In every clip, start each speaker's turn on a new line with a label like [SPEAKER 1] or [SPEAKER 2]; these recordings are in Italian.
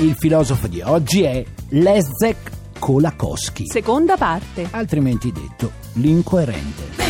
[SPEAKER 1] Il filosofo di oggi è Leszek Kolakowski,
[SPEAKER 2] Seconda parte.
[SPEAKER 1] altrimenti detto l'incoerente.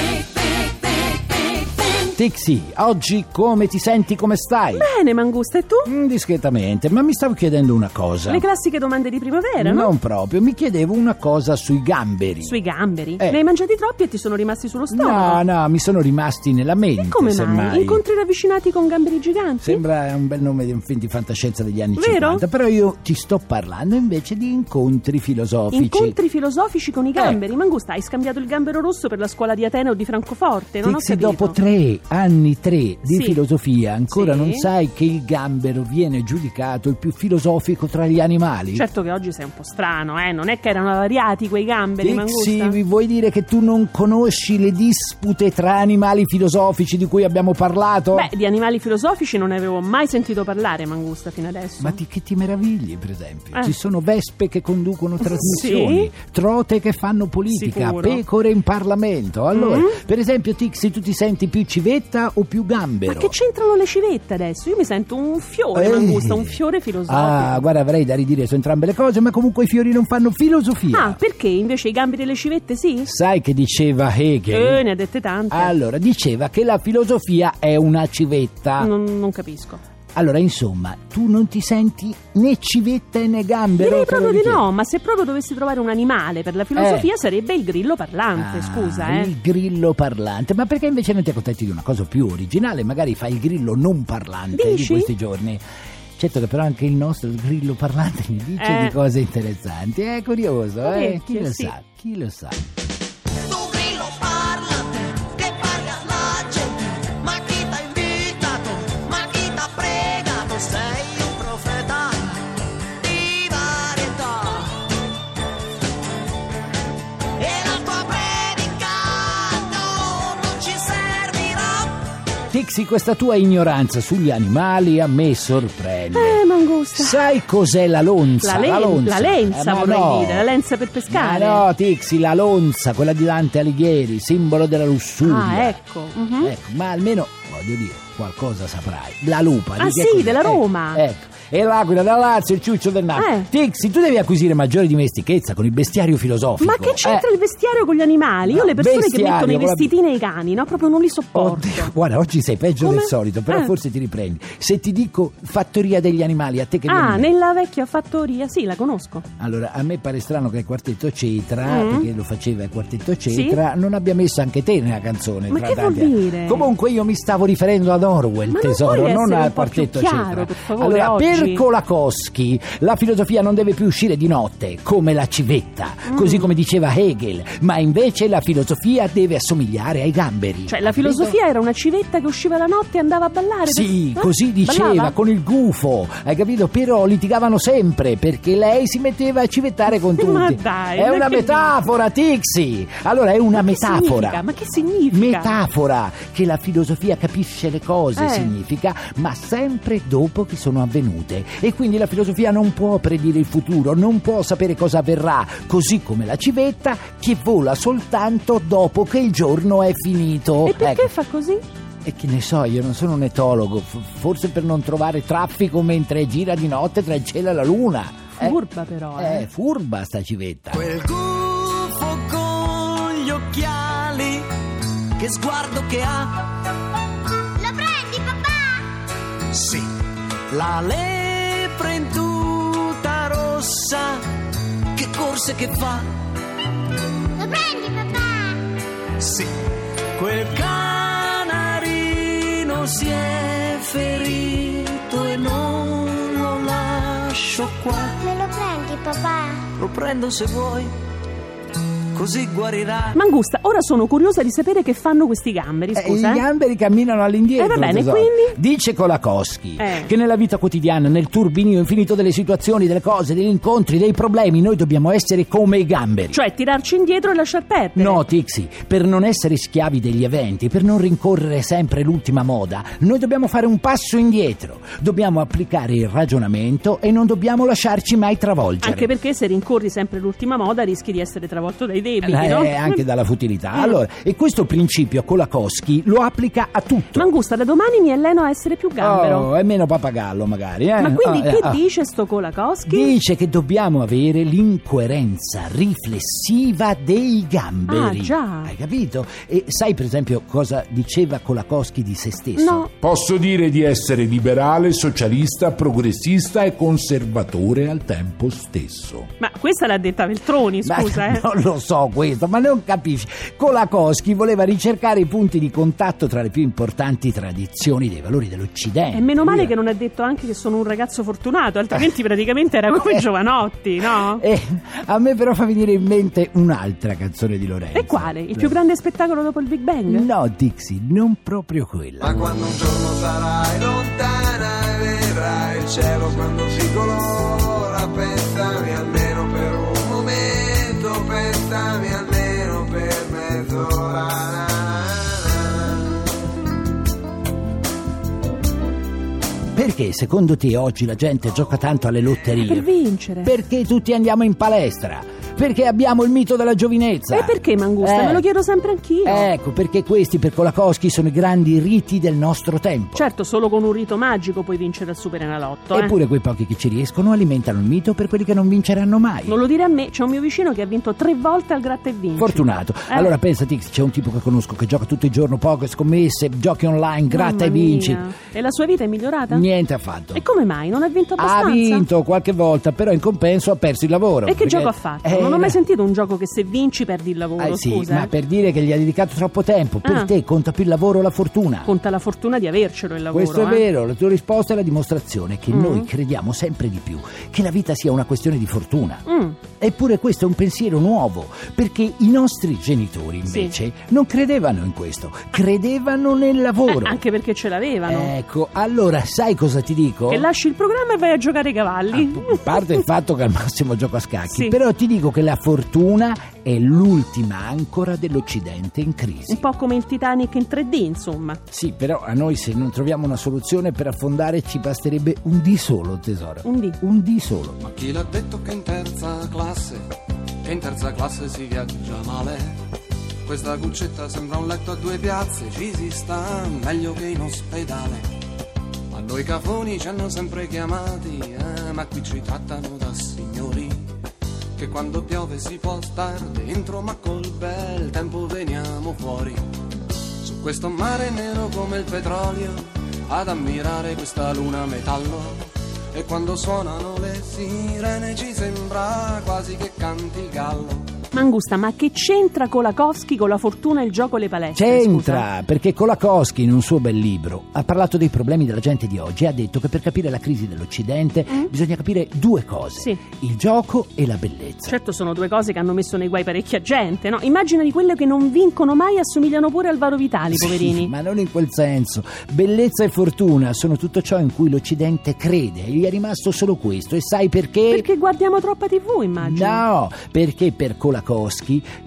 [SPEAKER 1] Tixi, oggi come ti senti, come stai?
[SPEAKER 2] Bene, Mangusta, e tu?
[SPEAKER 1] Mm, discretamente, ma mi stavo chiedendo una cosa.
[SPEAKER 2] Le classiche domande di primavera, no?
[SPEAKER 1] Non proprio, mi chiedevo una cosa sui gamberi.
[SPEAKER 2] Sui gamberi.
[SPEAKER 1] Eh.
[SPEAKER 2] Ne hai mangiati troppi e ti sono rimasti sullo
[SPEAKER 1] No,
[SPEAKER 2] stomaco.
[SPEAKER 1] no, mi sono rimasti nella mente.
[SPEAKER 2] E come mai?
[SPEAKER 1] semmai.
[SPEAKER 2] Incontri ravvicinati con gamberi giganti?
[SPEAKER 1] Sembra un bel nome di un film di fantascienza degli anni
[SPEAKER 2] Vero?
[SPEAKER 1] 50, però io ti sto parlando invece di incontri filosofici.
[SPEAKER 2] Incontri filosofici
[SPEAKER 1] Eh.
[SPEAKER 2] con i gamberi. Mangusta, hai scambiato il gambero rosso per la scuola di Atene o di Francoforte? Non
[SPEAKER 1] Tixi,
[SPEAKER 2] ho capito.
[SPEAKER 1] dopo tre anni tre di
[SPEAKER 2] Sì.
[SPEAKER 1] filosofia, ancora
[SPEAKER 2] Sì.
[SPEAKER 1] non sai che il gambero viene giudicato il più filosofico tra gli animali?
[SPEAKER 2] Certo che oggi sei un po' strano, eh? Non è che erano variati quei gamberi,
[SPEAKER 1] Tixi,
[SPEAKER 2] Mangusta?
[SPEAKER 1] vi vuoi dire che tu non conosci le dispute tra animali filosofici di cui abbiamo parlato?
[SPEAKER 2] Beh, di animali filosofici non ne avevo mai sentito parlare, Mangusta, fino adesso.
[SPEAKER 1] Ma ti, che ti meravigli, per esempio?
[SPEAKER 2] Eh.
[SPEAKER 1] Ci sono vespe che conducono trasmissioni, trote che fanno politica,
[SPEAKER 2] Sicuro.
[SPEAKER 1] pecore in Parlamento. Allora,
[SPEAKER 2] Mm.
[SPEAKER 1] per esempio, Tixi, tu ti senti più civetta o più
[SPEAKER 2] Ma
[SPEAKER 1] gambero?
[SPEAKER 2] che c'entrano le civette adesso? Io mi sento un fiore,
[SPEAKER 1] Eh.
[SPEAKER 2] Mangusta, un fiore filosofico.
[SPEAKER 1] Ah, guarda, avrei da ridire su entrambe le cose, ma comunque i fiori non fanno filosofia.
[SPEAKER 2] Ah, perché invece i gamberi e le civette sì?
[SPEAKER 1] Sai che diceva Hegel?
[SPEAKER 2] Eh, ne ha dette tante.
[SPEAKER 1] Allora, diceva che la filosofia è una civetta.
[SPEAKER 2] Non, non capisco.
[SPEAKER 1] Allora, insomma, tu non ti senti né civetta né gambero?
[SPEAKER 2] Direi
[SPEAKER 1] te lo
[SPEAKER 2] proprio di
[SPEAKER 1] ripeto.
[SPEAKER 2] no, ma se proprio dovessi trovare un animale per la filosofia sarebbe il grillo parlante,
[SPEAKER 1] Eh. Ah,
[SPEAKER 2] scusa, eh.
[SPEAKER 1] Il grillo parlante. Ma perché invece non ti accontenti di una cosa più originale? Magari fai il grillo non parlante di
[SPEAKER 2] Dici?
[SPEAKER 1] questi giorni. Certo che però anche il nostro grillo parlante mi dice
[SPEAKER 2] Eh.
[SPEAKER 1] di cose interessanti. È curioso, eh? Chi
[SPEAKER 2] Parecchie,
[SPEAKER 1] lo
[SPEAKER 2] sì.
[SPEAKER 1] sa? Chi lo sa?
[SPEAKER 3] Tu grillo parlate, che parli alla gente, ma chi t'ha invitato, ma chi t'ha pregato, sei un profeta di varietà. E la tua predica no, non ci servirà.
[SPEAKER 1] Tixi, questa tua ignoranza sugli animali a me sorprende.
[SPEAKER 2] Eh, Mangusta.
[SPEAKER 1] Sai cos'è la lonza?
[SPEAKER 2] La, len-
[SPEAKER 1] lonza,
[SPEAKER 2] la lenza
[SPEAKER 1] Eh, ma
[SPEAKER 2] vorrei
[SPEAKER 1] no.
[SPEAKER 2] dire, la lenza per pescare.
[SPEAKER 1] Ma no, Tixi, la lonza, quella di Dante Alighieri, simbolo della lussuria.
[SPEAKER 2] ah, ecco. mhm.
[SPEAKER 1] Ecco, ma almeno, voglio dire, qualcosa saprai. La lupa. di
[SPEAKER 2] Ah,
[SPEAKER 1] che
[SPEAKER 2] sì,
[SPEAKER 1] cos'è?
[SPEAKER 2] della
[SPEAKER 1] Ecco,
[SPEAKER 2] Roma.
[SPEAKER 1] Ecco. E l'aquila da Lazio, il ciuccio del Napoli.
[SPEAKER 2] Eh.
[SPEAKER 1] Tixi, tu devi acquisire maggiore dimestichezza con il bestiario filosofico.
[SPEAKER 2] Ma che c'entra
[SPEAKER 1] Eh,
[SPEAKER 2] il vestiario con gli animali? Io
[SPEAKER 1] No,
[SPEAKER 2] le persone che
[SPEAKER 1] bestiario,
[SPEAKER 2] mettono i
[SPEAKER 1] guarda-
[SPEAKER 2] vestitini ai cani, no, proprio non li sopporto.
[SPEAKER 1] Oddio, guarda, oggi sei peggio
[SPEAKER 2] Come?
[SPEAKER 1] del solito, però
[SPEAKER 2] Eh.
[SPEAKER 1] forse ti riprendi. Se ti dico fattoria degli animali, a te che viene
[SPEAKER 2] Ah,
[SPEAKER 1] in mente?
[SPEAKER 2] nella vecchia fattoria, sì, la conosco.
[SPEAKER 1] Allora, a me pare strano che il quartetto Cetra,
[SPEAKER 2] Mm.
[SPEAKER 1] perché lo faceva il quartetto Cetra, non abbia messo anche te nella canzone.
[SPEAKER 2] Ma
[SPEAKER 1] tra
[SPEAKER 2] che vuol
[SPEAKER 1] tanti altri.
[SPEAKER 2] dire?
[SPEAKER 1] Comunque io mi stavo riferendo ad Orwell,
[SPEAKER 2] Ma non
[SPEAKER 1] tesoro,
[SPEAKER 2] vuoi
[SPEAKER 1] non,
[SPEAKER 2] essere
[SPEAKER 1] al
[SPEAKER 2] un po' più
[SPEAKER 1] quartetto
[SPEAKER 2] chiaro,
[SPEAKER 1] Cetra.
[SPEAKER 2] per favore,
[SPEAKER 1] allora,
[SPEAKER 2] oggi?
[SPEAKER 1] per Kolakowski, la filosofia non deve più uscire di notte, come la civetta,
[SPEAKER 2] Mm.
[SPEAKER 1] così come diceva Hegel, ma invece la filosofia deve assomigliare ai gamberi.
[SPEAKER 2] Cioè, la
[SPEAKER 1] Capito?
[SPEAKER 2] filosofia era una civetta che usciva la notte e andava a ballare.
[SPEAKER 1] Sì,
[SPEAKER 2] Eh?
[SPEAKER 1] così diceva
[SPEAKER 2] Ballava?
[SPEAKER 1] con il gufo, hai capito? Però litigavano sempre perché lei si metteva a civettare con tutti.
[SPEAKER 2] Ma dai,
[SPEAKER 1] è
[SPEAKER 2] ma
[SPEAKER 1] una
[SPEAKER 2] che-
[SPEAKER 1] metafora, Tixi. Allora è una
[SPEAKER 2] Ma che
[SPEAKER 1] metafora.
[SPEAKER 2] significa? Ma che significa?
[SPEAKER 1] Metafora che la filosofia capisce le cose
[SPEAKER 2] Eh.
[SPEAKER 1] significa, ma sempre dopo che sono avvenute. E quindi la filosofia non può predire il futuro, non può sapere cosa avverrà, così come la civetta che vola soltanto dopo che il giorno è finito.
[SPEAKER 2] E perché
[SPEAKER 1] Ecco.
[SPEAKER 2] fa così?
[SPEAKER 1] E che ne so, io non sono un etologo, f- forse per non trovare traffico mentre gira di notte tra il cielo e la luna. Eh,
[SPEAKER 2] Furba però, eh.
[SPEAKER 1] eh, furba sta civetta.
[SPEAKER 3] Quel gufo con gli occhiali, che sguardo che ha.
[SPEAKER 4] Lo prendi, papà?
[SPEAKER 3] Sì, la lepre in tuta rossa, che corse che fa?
[SPEAKER 4] Lo prendi, papà?
[SPEAKER 3] Sì, quel canarino si è ferito e non lo lascio qua.
[SPEAKER 4] Me lo prendi, papà?
[SPEAKER 3] Lo prendo se vuoi, così guarirà.
[SPEAKER 2] Mangusta, ora sono curiosa di sapere che fanno questi gamberi,
[SPEAKER 1] Eh,
[SPEAKER 2] scusa.
[SPEAKER 1] I
[SPEAKER 2] eh.
[SPEAKER 1] gamberi camminano all'indietro.
[SPEAKER 2] Eh, va bene,
[SPEAKER 1] tesoro.
[SPEAKER 2] quindi?
[SPEAKER 1] Dice Kolakowski
[SPEAKER 2] Eh.
[SPEAKER 1] che nella vita quotidiana, nel turbinio infinito delle situazioni, delle cose, degli incontri, dei problemi, noi dobbiamo essere come i gamberi.
[SPEAKER 2] Cioè, tirarci indietro e lasciar perdere.
[SPEAKER 1] No, Tixi, per non essere schiavi degli eventi, per non rincorrere sempre l'ultima moda, noi dobbiamo fare un passo indietro. Dobbiamo applicare il ragionamento e non dobbiamo lasciarci mai travolgere.
[SPEAKER 2] Anche perché se rincorri sempre l'ultima moda rischi di essere travolto dai debiti,
[SPEAKER 1] Eh,
[SPEAKER 2] no?
[SPEAKER 1] anche dalla futilità.
[SPEAKER 2] Mm.
[SPEAKER 1] Allora, e questo principio Kolakowski lo applica a tutto.
[SPEAKER 2] Mangusta, da domani mi alleno a essere più gambero.
[SPEAKER 1] Oh, e meno papagallo magari, eh?
[SPEAKER 2] Ma quindi
[SPEAKER 1] Ah, eh,
[SPEAKER 2] che
[SPEAKER 1] ah.
[SPEAKER 2] dice sto Kolakowski?
[SPEAKER 1] Dice che dobbiamo avere l'incoerenza riflessiva dei gamberi.
[SPEAKER 2] Ah, già.
[SPEAKER 1] Hai capito? E sai per esempio cosa diceva Kolakowski di se stesso?
[SPEAKER 2] No,
[SPEAKER 5] Posso dire di essere liberale, socialista, progressista e conservatore al tempo stesso.
[SPEAKER 2] ma questa l'ha detta Veltroni,
[SPEAKER 1] Ma
[SPEAKER 2] scusa, eh.
[SPEAKER 1] non lo so questo, ma non capisci. Kolakowski voleva ricercare i punti di contatto tra le più importanti tradizioni dei valori dell'Occidente.
[SPEAKER 2] E meno male che non ha detto anche che sono un ragazzo fortunato, altrimenti praticamente era come Giovanotti, no?
[SPEAKER 1] Eh, a me però fa venire in mente un'altra canzone di Lorenzo.
[SPEAKER 2] E quale? Il più grande spettacolo dopo il Big Bang?
[SPEAKER 1] Eh. No, Dixie, non proprio
[SPEAKER 6] Ma
[SPEAKER 1] quella.
[SPEAKER 6] quando un giorno sarai lontana e vedrai il cielo quando si colora, pensami almeno per un momento, pensami almeno per mezz'ora. Na, na, na.
[SPEAKER 1] Perché secondo te oggi la gente gioca tanto alle
[SPEAKER 2] Per
[SPEAKER 1] lotterie?
[SPEAKER 2] vincere.
[SPEAKER 1] Perché tutti andiamo in palestra? Perché abbiamo il mito della giovinezza?
[SPEAKER 2] E perché Mangusta?
[SPEAKER 1] Eh.
[SPEAKER 2] Me lo chiedo sempre anch'io.
[SPEAKER 1] Ecco, perché questi per Kolakowski sono i grandi riti del nostro tempo.
[SPEAKER 2] Certo, solo con un rito magico puoi vincere al Superenalotto, eh.
[SPEAKER 1] Eppure quei pochi che ci riescono alimentano il mito per quelli che non vinceranno mai.
[SPEAKER 2] Non lo dire a me, c'è un mio vicino che ha vinto tre volte al gratta e vinci.
[SPEAKER 1] Fortunato.
[SPEAKER 2] Eh.
[SPEAKER 1] Allora pensati, c'è un tipo che conosco che gioca tutto il giorno poco, scommesse, giochi online, gratta
[SPEAKER 2] Mamma
[SPEAKER 1] e vinci.
[SPEAKER 2] mia. E la sua vita è migliorata?
[SPEAKER 1] Niente affatto.
[SPEAKER 2] E come mai? Non ha vinto
[SPEAKER 1] Ha
[SPEAKER 2] abbastanza?
[SPEAKER 1] vinto qualche volta, però in compenso ha perso il lavoro.
[SPEAKER 2] E che
[SPEAKER 1] perché-
[SPEAKER 2] gioco ha fatto?
[SPEAKER 1] Eh,
[SPEAKER 2] non ho mai sentito un gioco che se vinci perdi il lavoro,
[SPEAKER 1] eh, sì,
[SPEAKER 2] scusa.
[SPEAKER 1] ma
[SPEAKER 2] eh.
[SPEAKER 1] per dire che gli ha dedicato troppo tempo, per
[SPEAKER 2] Ah.
[SPEAKER 1] te conta più il lavoro o la fortuna?
[SPEAKER 2] Conta la fortuna di avercelo il lavoro.
[SPEAKER 1] Questo è
[SPEAKER 2] eh.
[SPEAKER 1] vero, la tua risposta è la dimostrazione che
[SPEAKER 2] Mm.
[SPEAKER 1] noi crediamo sempre di più che la vita sia una questione di fortuna.
[SPEAKER 2] Mm,
[SPEAKER 1] Eppure questo è un pensiero nuovo, perché i nostri genitori
[SPEAKER 2] Sì.
[SPEAKER 1] invece non credevano in questo, credevano nel lavoro.
[SPEAKER 2] eh, anche perché ce l'avevano.
[SPEAKER 1] Ecco, allora sai cosa ti dico?
[SPEAKER 2] Che lasci il programma e vai a giocare ai cavalli.
[SPEAKER 1] A Ah, parte il fatto che al massimo gioco a scacchi,
[SPEAKER 2] Sì.
[SPEAKER 1] però ti dico che la fortuna è l'ultima ancora dell'Occidente in crisi.
[SPEAKER 2] Un po' come il Titanic in 3D, insomma.
[SPEAKER 1] Sì, però a noi se non troviamo una soluzione per affondare ci basterebbe un di solo, tesoro.
[SPEAKER 2] Un dì.
[SPEAKER 1] Un di solo.
[SPEAKER 7] Ma chi l'ha detto che in terza classe, che in terza classe si viaggia male? Questa cuccetta sembra un letto a due piazze, ci si sta meglio che in ospedale. A noi cafoni ci hanno sempre chiamati, eh, ma qui ci trattano da signori. Che quando piove si può star dentro, ma col bel tempo veniamo fuori. Su questo mare nero come il petrolio, ad ammirare questa luna metallo. E quando suonano le sirene ci sembra quasi che canti il gallo.
[SPEAKER 2] Mangusta, ma che c'entra Kolakowski con la fortuna e il gioco alle palestre?
[SPEAKER 1] C'entra, perché Kolakowski in un suo bel libro ha parlato dei problemi della gente di oggi e ha detto che per capire la crisi dell'Occidente bisogna capire due cose,
[SPEAKER 2] Mm. Sì.
[SPEAKER 1] il gioco e la bellezza.
[SPEAKER 2] Certo, sono due cose che hanno messo nei guai parecchia gente, no? Immagina di quelle che non vincono mai assomigliano pure al Varo Vitali,
[SPEAKER 1] Sì,
[SPEAKER 2] Cioè, poverini.
[SPEAKER 1] ma non in quel senso. Bellezza e fortuna sono tutto ciò in cui l'Occidente crede e gli è rimasto solo questo. E sai
[SPEAKER 2] Perché guardiamo troppa TV, immagino.
[SPEAKER 1] No, perché per Kolakowski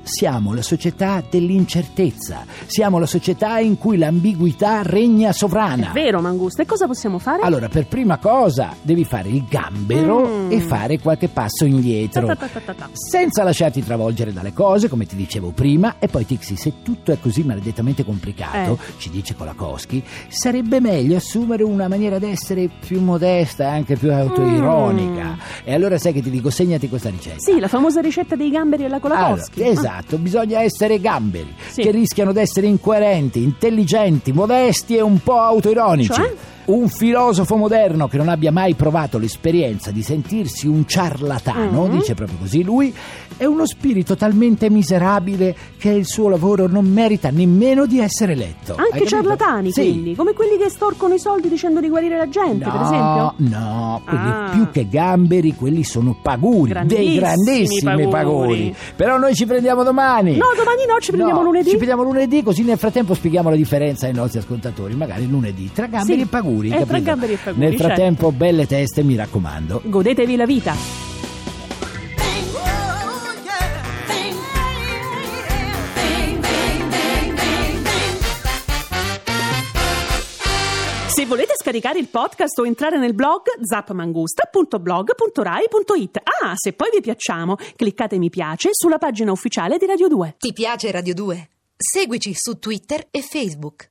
[SPEAKER 1] siamo la società dell'incertezza, siamo la società in cui l'ambiguità regna sovrana.
[SPEAKER 2] È vero, Mangusta. E cosa possiamo fare?
[SPEAKER 1] Allora, per prima cosa devi fare il gambero
[SPEAKER 2] Mm.
[SPEAKER 1] e fare qualche
[SPEAKER 2] Ta
[SPEAKER 1] passo indietro.
[SPEAKER 2] ta ta ta ta ta.
[SPEAKER 1] Senza lasciarti travolgere dalle cose, come ti dicevo prima, e poi Tixi, se tutto è così maledettamente complicato,
[SPEAKER 2] Eh.
[SPEAKER 1] ci dice Kolakowski, sarebbe meglio assumere una maniera d'essere più modesta e anche più
[SPEAKER 2] Mm.
[SPEAKER 1] autoironica. E allora sai che ti dico, segnati questa ricetta.
[SPEAKER 2] Sì, la famosa ricetta dei gamberi alla Kolakowski.
[SPEAKER 1] Allora,
[SPEAKER 2] Ah.
[SPEAKER 1] esatto, bisogna essere gamberi
[SPEAKER 2] Sì.
[SPEAKER 1] che rischiano di essere incoerenti, intelligenti, modesti e un po' autoironici.
[SPEAKER 2] Cioè?
[SPEAKER 1] Un filosofo moderno che non abbia mai provato l'esperienza di sentirsi un ciarlatano,
[SPEAKER 2] Mm-hmm.
[SPEAKER 1] dice proprio così lui, è uno spirito talmente miserabile che il suo lavoro non merita nemmeno di essere letto. Hai
[SPEAKER 2] Anche
[SPEAKER 1] capito?
[SPEAKER 2] ciarlatani,
[SPEAKER 1] Sì.
[SPEAKER 2] quindi, come quelli che storcono i soldi dicendo di guarire la gente, per esempio.
[SPEAKER 1] No, no, quelli
[SPEAKER 2] Ah.
[SPEAKER 1] più che gamberi, quelli sono paguri,
[SPEAKER 2] Grandissimi
[SPEAKER 1] dei grandissimi
[SPEAKER 2] paguri.
[SPEAKER 1] paguri. Però noi ci prendiamo domani.
[SPEAKER 2] No, domani no, ci prendiamo
[SPEAKER 1] No,
[SPEAKER 2] lunedì.
[SPEAKER 1] Ci prendiamo lunedì, così nel frattempo spieghiamo la differenza ai nostri ascoltatori. Magari lunedì, tra gamberi
[SPEAKER 2] Sì,
[SPEAKER 1] e paguri.
[SPEAKER 2] eh, tra
[SPEAKER 1] capito?
[SPEAKER 2] gamberi e paguri, certo.
[SPEAKER 1] Nel frattempo, belle teste, mi raccomando.
[SPEAKER 2] Godetevi la vita. Se volete scaricare il podcast o entrare nel blog zapmangusta.blog.rai.it. Ah, se poi vi piacciamo, cliccate mi piace sulla pagina ufficiale di Radio 2.
[SPEAKER 8] Ti piace Radio 2? Seguici su Twitter e Facebook.